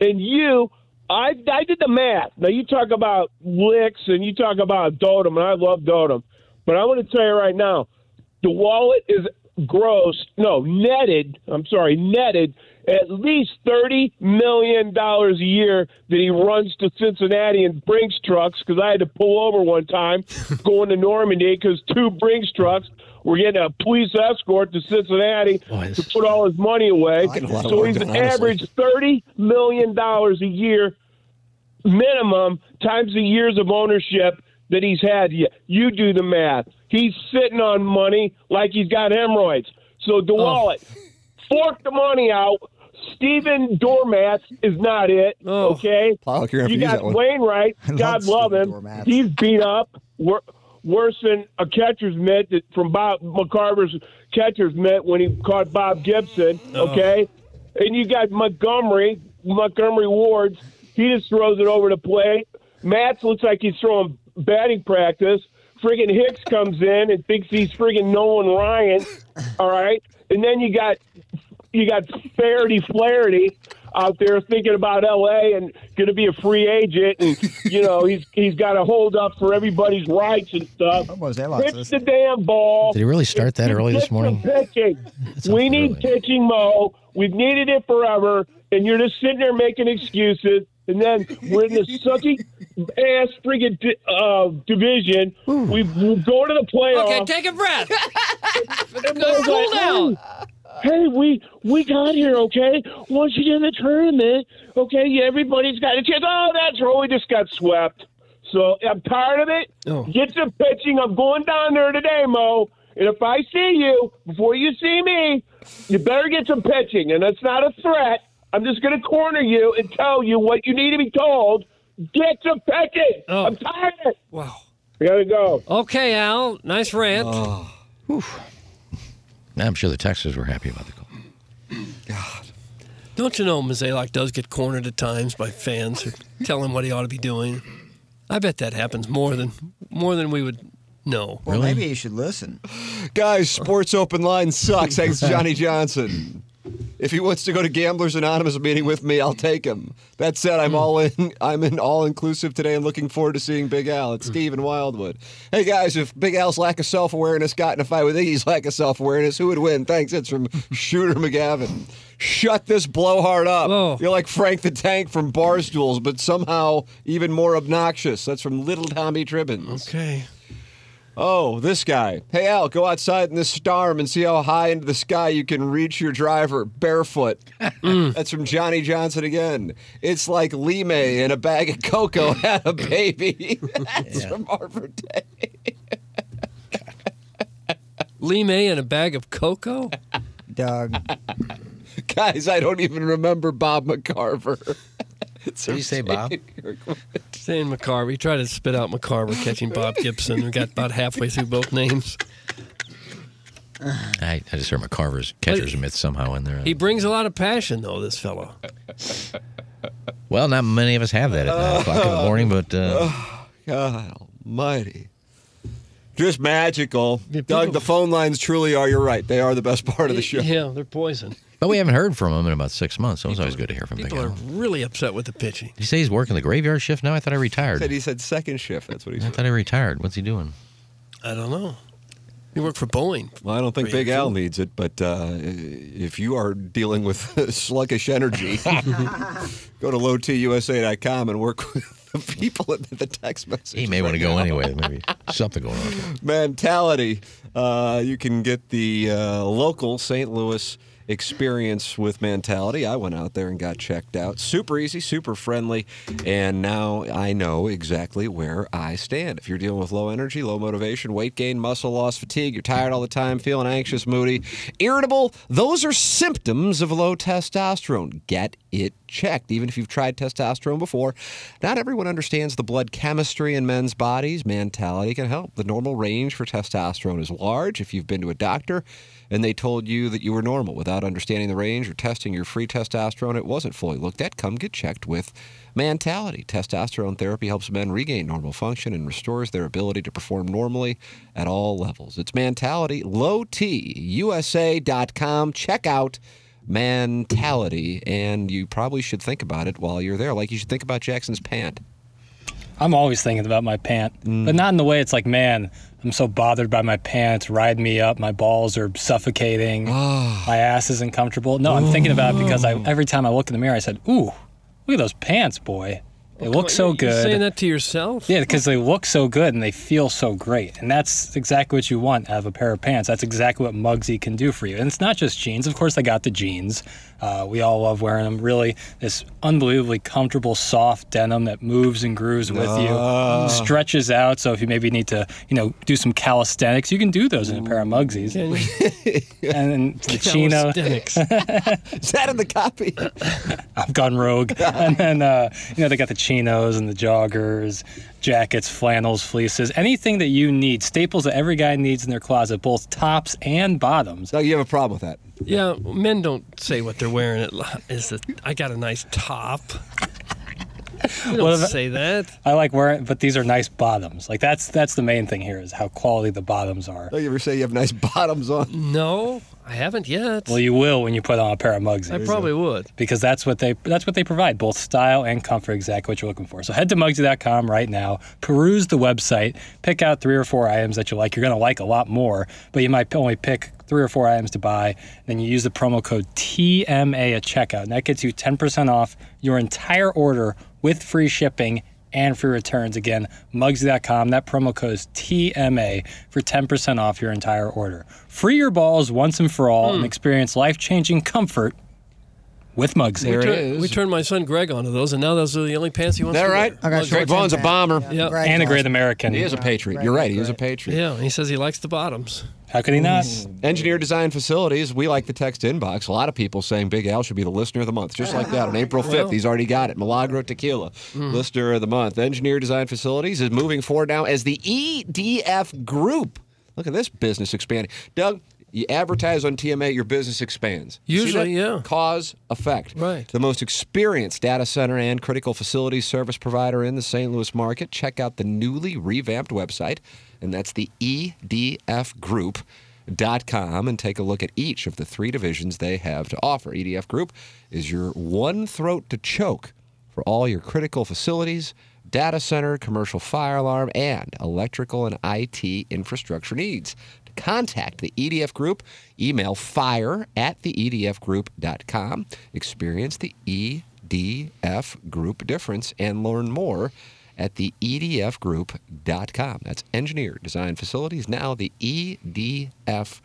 and you, I, I did the math. Now you talk about licks and you talk about Dotem, and I love Dotem, but I want to tell you right now, DeWallet is gross, no netted. I'm sorry, netted at least thirty million dollars a year that he runs to Cincinnati in Brinks trucks. Because I had to pull over one [LAUGHS] time going to Normandy because two Brinks trucks were getting a police escort to Cincinnati to put all his money away. get a lot of So work he's done, an honestly. average thirty million dollars a year minimum times the years of ownership that he's had. You- You do the math. He's sitting on money like he's got hemorrhoids. So DeWallet, fork the money out. Stephen Dormatz is not it. Okay. Paul, you're gonna have to you use got that one. Wainwright. I love God love him. He's beat up. Wor- worse than a catcher's mitt that- from Bob McCarver's catcher's mitt when he caught Bob Gibson. Oh. Okay. And you got Montgomery, Montgomery Ward. He just throws it over the plate. Matz looks like he's throwing batting practice. Friggin' Hicks comes in and thinks he's friggin' Nolan Ryan. All right. And then you got you got Flaherty Flaherty out there thinking about LA and gonna be a free agent and [LAUGHS] you know, he's he's gotta hold up for everybody's rights and stuff. Pitch the damn ball. Did he really start that early this morning? Pitching. We need pitching, Mo. We've needed it forever, and you're just sitting there making excuses. And then we're in this sucky ass friggin' di- uh, division. We we go to the playoffs. Okay, take a [LAUGHS] breath. And Mo's cool like, down. "Hey, Hey, we we got here, okay? Once you get in the tournament, okay, yeah, everybody's got a chance. Oh, that's right. We just got swept. So I'm tired of it. Oh. Get to pitching. I'm going down there today, Mo. And if I see you before you see me, you better get some pitching. And that's not a threat. I'm just going to corner you and tell you what you need to be told. Get to pitching. I'm tired of it. Wow. We got to go. Oh. Okay, Al. Nice rant. I'm sure the Texans were happy about the call. Don't you know Mazalok does get cornered at times by fans who tell him what he ought to be doing? I bet that happens more than more than we would know. Well, maybe you should listen. Guys, sports open line sucks. Thanks, Johnny Johnson. If he wants to go to Gamblers Anonymous meeting with me, I'll take him. That said, I'm all in. I'm in all inclusive today, and looking forward to seeing Big Al. It's Steve and Wildwood. Hey guys, if Big Al's lack of self awareness got in a fight with Iggy's lack of self awareness, who would win? Thanks. It's from Shooter McGavin. Shut this blowhard up. You're like Frank the Tank from Barstools, but somehow even more obnoxious. That's from Little Tommy Tribbins. Okay. Oh, this guy. Hey, Al, go outside in this storm and see how high into the sky you can reach your driver barefoot. Mm. That's from Johnny Johnson again. It's like Lime in a bag of cocoa [LAUGHS] had a baby. [LAUGHS] That's from Harvard Day. Lee May and a bag of [LAUGHS] cocoa? Doug. Guys, I don't even remember Bob McCarver. [LAUGHS] What Did you say Bob? Saying McCarver. He tried to spit out McCarver catching Bob Gibson. We got about halfway through both names. [LAUGHS] I, I just heard McCarver's catcher's mitt somehow in there. He brings a lot of passion, though, this fellow. Well, not many of us have that at nine o'clock in the morning, but [LAUGHS] uh, God almighty. Just magical. Doug, the phone lines truly are, you're right. They are the best part of the show. Yeah, they're poison. but we haven't heard from him in about six months, so it's always good to hear from Big People are Al. really upset with the pitching. Did you say he's working the graveyard shift now? I thought I retired. Said [LAUGHS] he said second shift. That's what he I said. thought I retired. What's he doing? I don't know. You work for Boeing. Well, I don't think Pretty Big Al needs it, but uh, if you are dealing with [LAUGHS] sluggish energy, go to lowtusa.com and work [LAUGHS] with the people at the text message. He may want to go anyway. [LAUGHS] Maybe something going on. mentality. Uh, you can get the uh, local St. Louis experience with mentality. I went out there and got checked out. Super easy, super friendly, and now I know exactly where I stand. If you're dealing with low energy, low motivation, weight gain, muscle loss, fatigue, you're tired all the time, feeling anxious, moody, irritable, those are symptoms of low testosterone. Get it checked. Even if you've tried testosterone before, not everyone understands the blood chemistry in men's bodies. Mentality can help. The normal range for testosterone is large. If you've been to a doctor and they told you that you were normal without understanding the range or testing your free testosterone, it wasn't fully looked at. Come get checked with Mentality. Testosterone therapy helps men regain normal function and restores their ability to perform normally at all levels. It's Mentality, lowtusa.com. Check out mentality, and you probably should think about it while you're there, like you should think about Jackson's pant. I'm always thinking about my pant, but not in the way it's like, man, I'm so bothered by my pants, ride me up, my balls are suffocating, Ah. my ass isn't comfortable. No, I'm thinking about it because I every time I look in the mirror, I said, ooh, look at those pants, boy. They look so You're good. saying that to yourself? Yeah, because they look so good and they feel so great. And that's exactly what you want out of a pair of pants. That's exactly what Mugsy can do for you. And it's not just jeans. Of course, I got the jeans. Uh, we all love wearing them. Really, this unbelievably comfortable, soft denim that moves and grooves with Ah. you, stretches out. So if you maybe need to, you know, do some calisthenics, you can do those in a pair of Mugsies. and then the chino. Calisthenics. Is that in the copy? I've gone rogue. [LAUGHS] and then, uh, you know, they got the chinos and the joggers, jackets, flannels, fleeces, anything that you need, staples that every guy needs in their closet, both tops and bottoms. No, you have a problem with that. Yeah, men don't say what they're wearing. It is that I got a nice top. You don't What if- say that. I like wearing, but these are nice bottoms. Like that's that's the main thing here is how quality the bottoms are. Don't you ever say you have nice [LAUGHS] bottoms on? No, I haven't yet. Well, you will when you put on a pair of mugs. I probably would. because that's what they that's what they provide both style and comfort exactly what you're looking for so head to mugsy.com right now peruse the website pick out three or four items that you like you're going to like a lot more but you might only pick three or four items to buy then you use the promo code tma at checkout and that gets you 10% off your entire order with free shipping and free returns again mugsy.com that promo code is tma for 10% off your entire order free your balls once and for all and experience life-changing comfort with Mugsy. we, turn- we turned my son Greg onto those, and now those are the only pants he wants that to right? wear. Mugs- Greg Vaughn's a bomber. Yeah. Greg's And a great American. He is a patriot. You're right. He is a patriot. Yeah, and he says he likes the bottoms. How could he not? Mm. Engineer Design Facilities, we like the text inbox. A lot of people saying Big Al should be the listener of the month, just like that. On April 5th, he's already got it. Milagro Tequila, Hmm. listener of the month. Engineer Design Facilities is moving forward now as the EDF Group. Look at this business expanding. Doug, you advertise on TMA, your business expands. You see Usually, that? yeah. Cause, effect. Right. The most experienced data center and critical facilities service provider in the St. Louis market. Check out the newly revamped website, and that's the EDF E Group edfgroup.com and take a look at each of the three divisions they have to offer. EDF Group is your one throat to choke for all your critical facilities, data center, commercial fire alarm, and electrical and IT infrastructure needs. To contact the EDF Group, email fire at the E edfgroup.com. Experience the EDF Group difference and learn more at the E edfgroup.com. That's engineer design facilities, now the EDF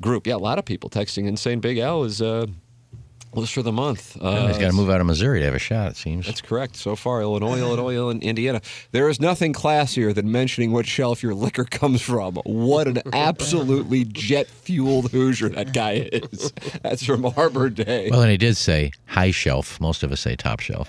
Group. Yeah, a lot of people texting and saying Big L is uh, list for the month. Uh, he's got to move out of Missouri to have a shot, it seems. that's correct. So far, Illinois, Illinois, and Indiana. There is nothing classier than mentioning what shelf your liquor comes from. What an absolutely jet fueled Hoosier that guy is. That's from Arbor Day. Well, and he did say high shelf. Most of us say top shelf.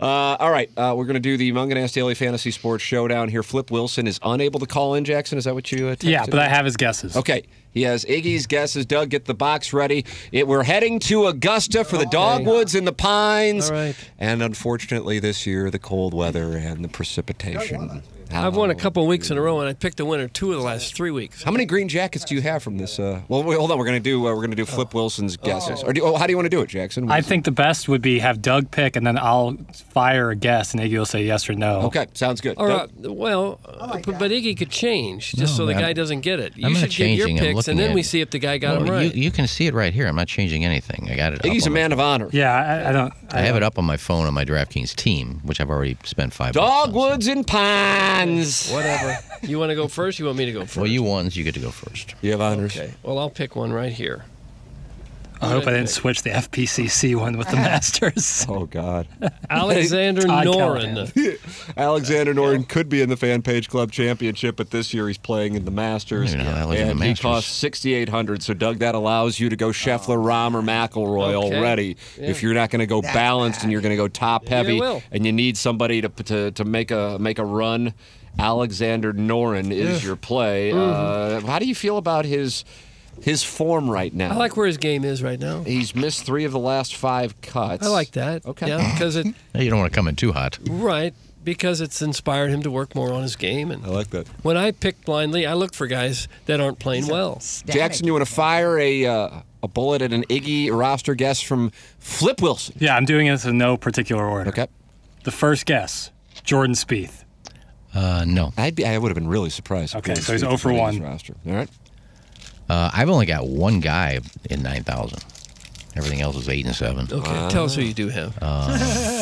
Uh, all right, uh, we're going to do the Munganast Daily Fantasy Sports Showdown here. Flip Wilson is unable to call in. Jackson, is that what you? Uh, Yeah, texted? but I have his guesses. Okay, he has Iggy's guesses. Doug, get the box ready. It, we're heading to Augusta for the dogwoods and the pines. And unfortunately, this year the cold weather and the precipitation. I've won a couple weeks in a row, and I picked the winner two of the last three weeks. How many green jackets do you have from this? Uh, well, wait, hold on. We're going to do uh, we're going to do Flip Wilson's guesses. Or do, oh, how do you want to do it, Jackson? I think the best would be have Doug pick, and then I'll fire a guess, and Iggy will say yes or no. Okay, sounds good. All right. Well, Oh uh, but, but Iggy could change just No, so the man. guy doesn't get it. You I'm not should give changing. your I'm picks, looking and then at we it. see if the guy got Well, him [LAUGHS] right. You, you can see it right here. I'm not changing anything. I got it. Iggy's up a on man of honor. Yeah, I, I don't. my- I have it up on my phone on my DraftKings team, which I've already spent five. bucks. Dogwoods and pines. Whatever. You want to go first? You want me to go first? Well, you won, so you get to go first. You have honors. Okay. Well, I'll pick one right here. I hope I didn't switch the FPCC one [LAUGHS] with the Masters. Oh God, Alexander Todd Norin. Alexander Norin could be in the Fan Page Club Championship, but this year he's playing in the Masters, I don't even know how that was in and the he Masters. costs sixty eight hundred. So Doug, that allows you to go Scheffler, Rahm, or McIlroy Okay. already. Yeah. If you're not going to go balanced and you're going to go top heavy, will. and you need somebody to, to to make a make a run, Alexander Norin is Yeah. your play. Uh, how do you feel about his his form right now? I like where his game is right now. He's missed three of the last five cuts. I like that. Okay. Yeah, because it [LAUGHS] Hey, you don't want to come in too hot. right because it's inspired him to work more on his game. And I like that. When I pick blindly, I look for guys that aren't playing well. Jackson, you want to fire a uh, a bullet at an Iggy roster guess from Flip Wilson? Yeah, I'm doing this in no particular order. Okay. The first guess, Jordan Spieth. Uh, no. I'd be. I would have been really surprised. Okay, so he's 0 for 1. Roster. All right. Uh, I've only got one guy in nine thousand. Everything else is eight and seven. Okay, [LAUGHS] tell us who you do have. Uh,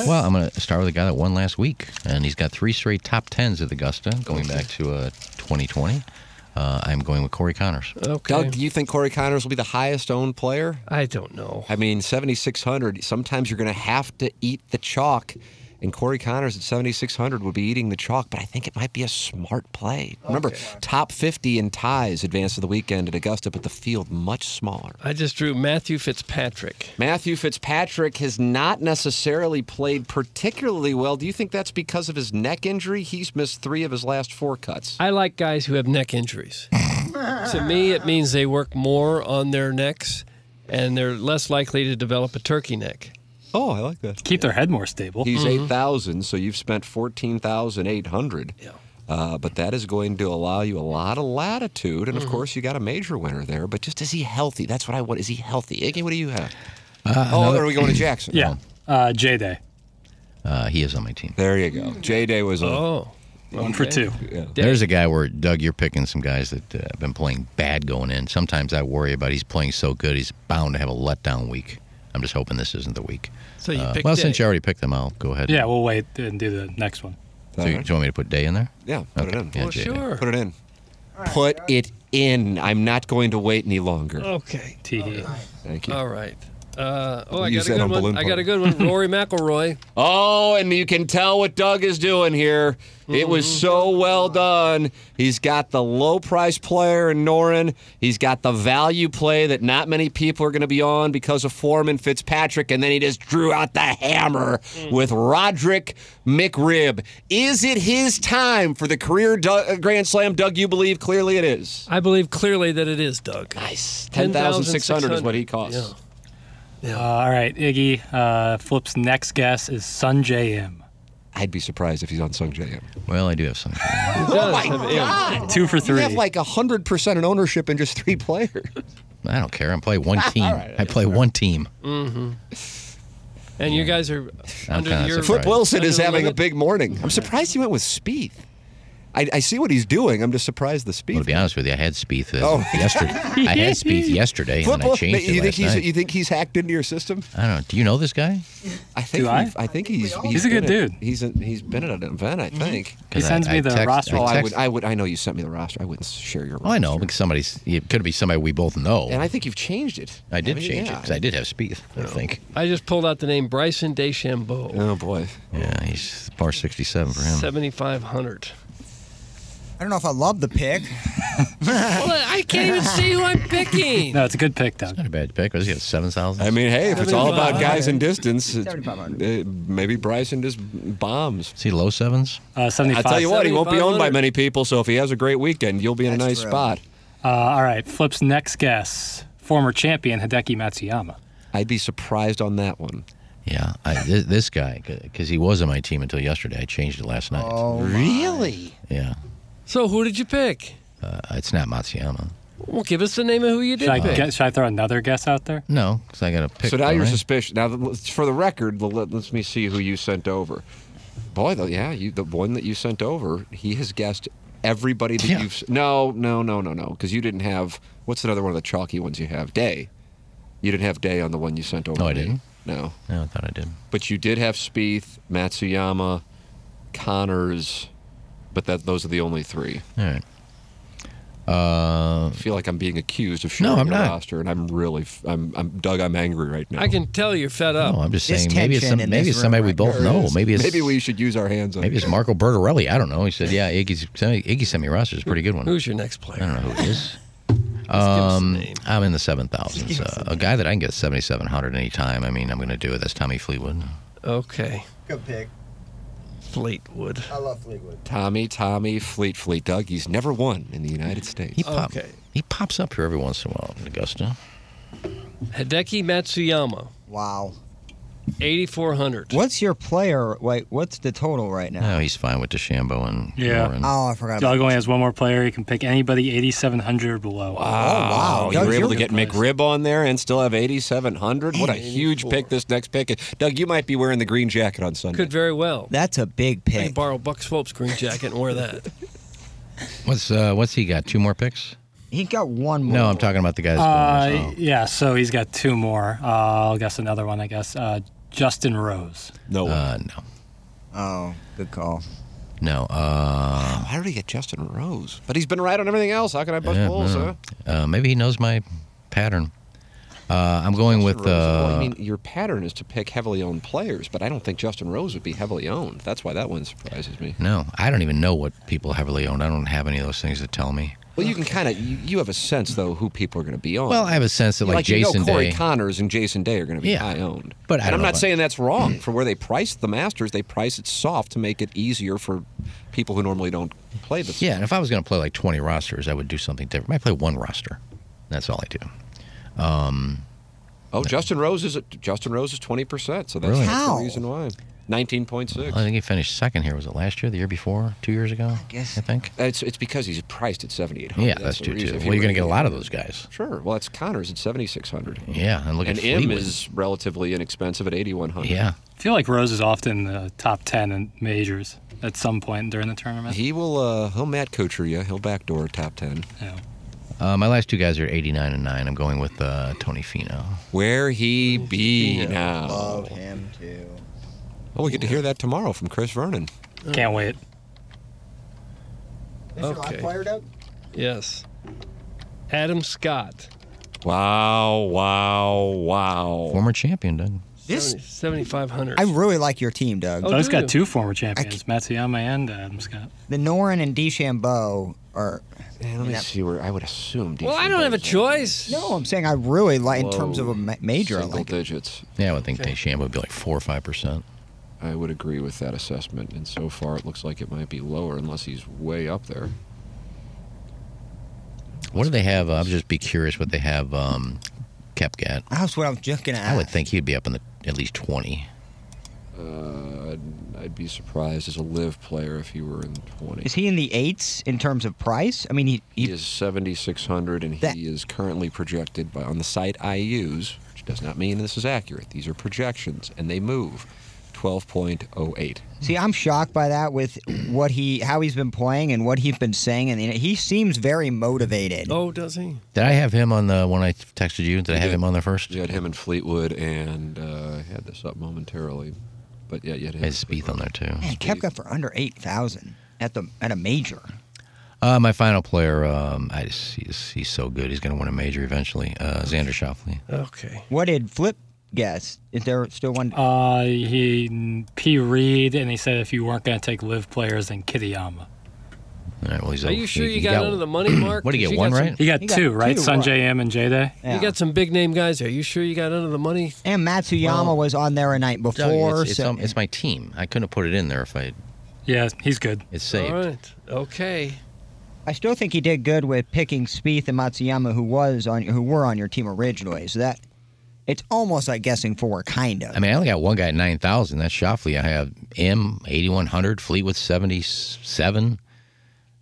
well, I'm going to start with a guy that won last week, and he's got three straight top tens at Augusta, going back to uh, 2020. Uh, I'm going with Corey Connors. Oh. Okay. Doug, do you think Corey Connors will be the highest owned player? I don't know. I mean, 7,600. Sometimes you're going to have to eat the chalk, and Corey Connors at 7,600 would be eating the chalk. But I think it might be a smart play. Remember, top 50 in ties advance to the weekend at Augusta, but the field much smaller. I just drew Matthew Fitzpatrick. Matthew Fitzpatrick has not necessarily played particularly well. Do you think that's because of his neck injury? He's missed three of his last four cuts. I like guys who have neck [LAUGHS] injuries. to me, it means they work more on their necks and they're less likely to develop a turkey neck. Oh, I like that. Keep their head more stable. He's Mm-hmm. Mhm. thousand, so you've spent fourteen thousand eight hundred. Yeah. Uh, but that is going to allow you a lot of latitude, and Mm-hmm. of course, you got a major winner there. But just is he healthy? That's what I want. Is he healthy? Iggy, what do you have? oh, Uh, another- are we going to Jackson? Yeah. Uh, J Day. Uh, he is on my team. There you go. J Day was on. Oh, One for two. There's a guy where Doug, you're picking some guys that uh, have been playing bad going in. Sometimes I worry about he's playing so good, he's bound to have a letdown week. I'm just hoping this isn't the week. So you uh, picked well, Day. since you already picked them, I'll go ahead. Yeah, we'll wait and do the next one. So you, do you want me to put Day in there? Yeah, put it in. Yeah, Well, J Day. sure. Put it in. Put it in. I'm not going to wait any longer. Okay. TD. Thank you. All right. Uh, oh, I Use got a that on good balloon one. I got party. a good one. [LAUGHS] Rory McIlroy. Oh, and you can tell what Doug is doing here. It Mm-hmm. was so well done. He's got the low price player in Norin. He's got the value play that not many people are going to be on because of Foreman Fitzpatrick. And then he just drew out the hammer Mm. with Roderick McRib. Is it his time for the career Doug, Grand Slam? Doug, you believe clearly it is. I believe clearly that it is Doug. Nice. 10,600 is what he costs. Uh, all right, Iggy. Uh, Flip's next guess is Sun J M. I'd be surprised if he's on Sung J M. Well, I do have some. Oh my God. Two for You three. have like 100% in ownership in just three players. I don't care. I play [LAUGHS] one team. All right, I play one team. Mm-hmm. And you guys are under kinda your Flip Wilson under is the having a limit? big morning. I'm surprised he went with Spieth. I, I see what he's doing. I'm just surprised the Spieth. Well, to be honest with you, I had Spieth uh, Oh. yesterday. I had [LAUGHS] Spieth yesterday, and Flip then I Wilson- changed you it think last he's night. you think he's hacked into your system? I don't know. Do you know this guy? I think Do I? he- think he's He's a been good at- he's a, Mm-hmm. he's been at an event, I think. He sends I- me I the text- roster. I Oh, I text- would, I would I know you sent me the roster. I wouldn't share your Oh, I know. Like somebody's. It could be somebody we both know. And I think you've changed it. I did mean, change it yeah. because I did have Spieth. I think. I just pulled out the name Bryson DeChambeau, Oh boy. Yeah, he's par 67 for him. 7,500. I don't know if I love the pick. well, I can't even see who I'm picking. it's a good pick, Doug. It's not a bad pick. Was he at seven thousand? I mean, hey, if it's all about guys and distance, it's, 7,500. uh, maybe Bryson just bombs. Is he low sevens? Uh, 75. I tell you what, he won't be owned by many people. So if he has a great weekend, you'll be in a nice spot. Uh, all right, Flip's next guess former champion Hideki Matsuyama. I'd be surprised on that one. Yeah, I, this, this guy because he was on my team until yesterday. I changed it last night. Oh, really? Yeah, So who did you pick? uh, it's not Matsuyama. Well, give us the name of who you did Should I pick. guess- Should I throw another guess out there? No, because I got a pick. so now all you're right? suspicious. Now, let's- for the record, the- let, let me see who you sent over. Boy, though, yeah, you, the one that you sent over, he has guessed everybody that you've. s- No, no, no, no, no, because you didn't have. What's another one of the chalky ones you have? Day. You didn't have Day on the one you sent over. No, I to me. didn't. No. No, I thought I did. But you did have Spieth, Matsuyama, Connors, but that those are the only three. All right. Uh, I feel like I'm being accused of sharing I'm your not. roster, and I'm really, f- I'm, I'm, Doug, I'm angry right now. I can tell you're fed Oh, up. No, I'm just saying maybe it's some, maybe it's somebody we both know. Maybe it's maybe we should use our hands on. maybe it's Marco Bertarelli. I don't know. He said, "Yeah, Iggy's, Iggy sent me a roster. It's a pretty good one." Who's your next player? I don't know who [LAUGHS] it is. Um, I'm in the seven thousands. Uh, a guy that I can get seventy seven hundred anytime. I mean, I'm going to do it. That's Tommy Fleetwood. Okay. Good pick. Fleetwood. I love Fleetwood. Tommy, Tommy, Fleet, Fleet, Doug. He's never won in the United States. He pop- He pops up here every once in a while in Augusta. Hideki Matsuyama, Wow. 8,400. What's your player? Wait, what's the total right now? No, Oh, he's fine with DeChambeau and Yeah. Warren. Oh, I forgot. Doug about only has one more player. You can pick anybody 8,700 or below. oh, Wow, Ah. Oh, you were able to get McRib on there and still have 8,700. What a huge pick this next pick. is. Doug, you might be wearing the green jacket on Sunday. Could very well. That's a big I pick. can borrow Buck Swope's green jacket and wear that. What's uh, what's he got? Two more picks? He got one more. No, I'm talking about the guys. Uh, yeah, so he's got two more. Uh, I'll guess another one, I guess. Uh, Justin Rose. [LAUGHS] No. Uh, no. Oh, good call. No. Uh, Why did he get Justin Rose? But he's been right on everything else. How can I bust yeah, balls, no. huh? Uh, maybe he knows my pattern. Uh, I'm going with. Justin Rose. Well, I Uh, mean, your pattern is to pick heavily owned players, but I don't think Justin Rose would be heavily owned. That's why that one surprises me. no, I don't even know what people heavily own. I don't have any of those things to tell me. Well, you can kind of you, you have a sense though who people are going to be on. Well, I have a sense that like, you Jason know Corey Day. Connors and Jason Day are going to be Yeah, high owned. but I and don't know I'm not about- Mm. saying that's wrong for where they priced the Masters. They price it soft to make it easier for people who normally don't play this. Yeah, and if I was going to play like 20 rosters, I would do something different. I play one roster. That's all I do. Um, Oh, Justin Rose is Justin Rose is 20 percent. So that's Really? that's How? the reason why. 19.6. I think he finished second here. Was it last year? The year before? Two years ago? I guess. I think. It's it's because he's priced at 7,800. Yeah, that's the true, reason. too. If Well, you you're going to really- get a lot of those guys. Sure. Well, that's Connors at 7,600. Yeah, and look and at M Fleetwood. is relatively inexpensive at 8,100. Yeah. I feel like Rose is often the top 10 in majors at some point during the tournament. He will. Uh, he'll Matt Coacher you. He'll backdoor top 10. Uh, my last two guys are 89 and 9. I'm going with uh, Tony Fino. Where he be now? Love him too. Oh, we get to hear that tomorrow from Chris Vernon. Can't wait. Okay. Yes. Adam Scott, Wow, wow, wow. Former champion, Doug. 7,500. I really like your team, Doug. Oh. Oh, Doug's got two former champions, Matsuyama and uh, Adam Scott. The Norin and DeChambeau are. let me see where I would assume. Well, I don't have a choice. No, I'm saying I really like in terms of a ma- major. I Single like it. digits. Yeah, I would think okay. would be like 4 or 5%. I would agree with that assessment, and so far it looks like it might be lower unless he's way up there. What do they have? I'd just be curious what they have um, Kepgat. That's what I was just gonna I ask. would think he'd be up in the at least 20. Uh, I I'd be surprised as a live player if he were in 20. Is he in the eights in terms of price? I mean, he, He, is 7,600, and he is currently projected by, on the site I use, which does not mean this is accurate. These are projections, and they move 12.08. see, I'm shocked by that with what he, how he's been playing and what he's been saying, and you know, he seems very motivated. Oh, does he? Did I have him on the one I texted you? Did I have him on the first? You had him in Fleetwood, and uh, I had this up momentarily. But yeah, you had him. I had Spieth on there too. Man, Kepka for under eight thousand at the at a major. Uh, my final player, um, I just, he's, he's so good. He's going to win a major eventually. Uh, Xander Shoffley. Okay. What did Flip guess? Is there still one? Uh, he P Reed, and he said if you weren't going to take live players, then Kittyama. All right, well, he's Are you sure you got, none of the [CLEARS THROAT] money, Mark? What do you 'Cause get? One got some- right? He got two, right? Sanjay M and J Day. You got some big name guys there. You sure you got none of the money? And Matsuyama was on there a night Doug, before. it's, it's, so um, it's my team. I couldn't have put it in there if I. Yeah, he's good. It's saved. All right. Okay. I still think he did good with picking Spieth and Matsuyama, who was on who were on your team originally. So that it's almost like guessing four, kind of. I mean, I only got one guy at 9,000. That's Shoffley. I have M, 8,100, Fleetwood, 77,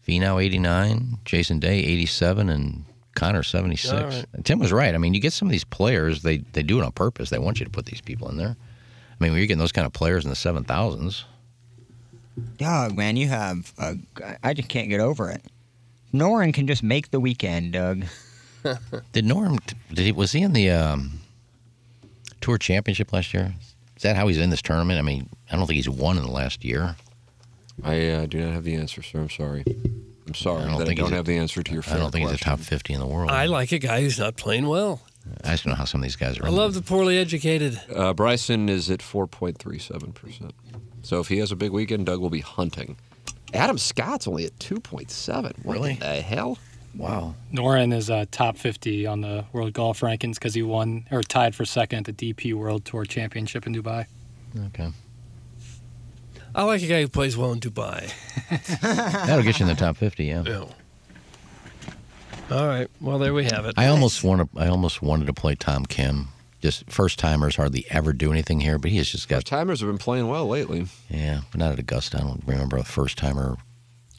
Finau, 89, Jason Day, 87, and Connor, 76. All right. Tim was right. I mean, you get some of these players, they, they do it on purpose. They want you to put these people in there. I mean, when you're getting those kind of players in the 7,000s, Doug, man, you have a, I just can't get over it. Norin can just make the weekend, Doug. did Norm, did he, was he in the um, Tour Championship last year? Is that how he's in this tournament? I mean, I don't think he's won in the last year. I uh, do not have the answer, sir. I'm sorry. I'm sorry I don't that I think he's don't a- have the answer to your I don't fair think he's a top 50 in the world. I like a guy who's not playing well. I just don't know how some of these guys are. I in love the poorly educated. Uh, Bryson is at 4.37%. So if he has a big weekend, Doug will be hunting. Adam Scott's only at 2.7. What Really? the hell? Wow. Norin is uh, top 50 on the world golf rankings because he won or tied for second at the DP World Tour Championship in Dubai. Okay. I like a guy who plays well in Dubai. That'll get you in the top [LAUGHS] 50, yeah. All right. Well, there we have it. I almost want to. I almost wanted to play Tom Kim. Just first timers hardly ever do anything here, but he has just got. Timers have been playing well lately. Yeah, but not at Augusta. I don't remember a first timer.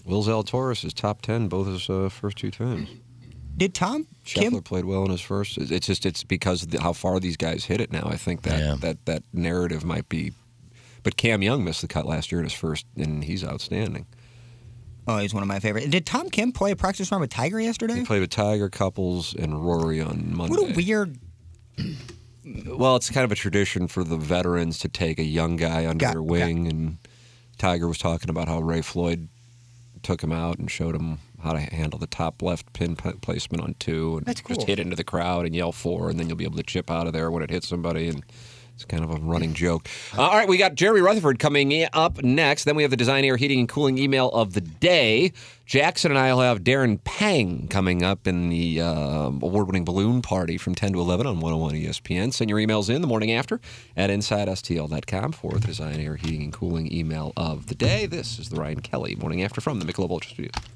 Will Zalatoris is top 10 both his uh, first two times. Did Tom Scheffler played well in his first? It's it's just it's because of the, how far these guys hit it now. I think that that that narrative might be. But Cam Young missed the cut last year in his first, and he's outstanding. Oh, he's one of my favorite. Did Tom Kim play a practice round with Tiger yesterday? He played with Tiger Couples and Rory on Monday. What a weird. Well, it's kind of a tradition for the veterans to take a young guy under their wing, and Tiger was talking about how Ray Floyd took him out and showed him how to handle the top left pin p- placement on two, and That's cool. just hit into the crowd and yell four, and then you'll be able to chip out of there when it hits somebody, and. It's kind of a running joke. Uh, all right, we got Jeremy Rutherford coming i- up next. Then we have the Design Air Heating and Cooling email of the day. Jackson and I will have Darren Pang coming up in the um, award winning balloon party from 10 to 11 on 101 ESPN. Send your emails in the morning after at InsideSTL.com for the Design Air Heating and Cooling email of the day. This is the Ryan Kelly Morning After from the Michelob Ultra Studios.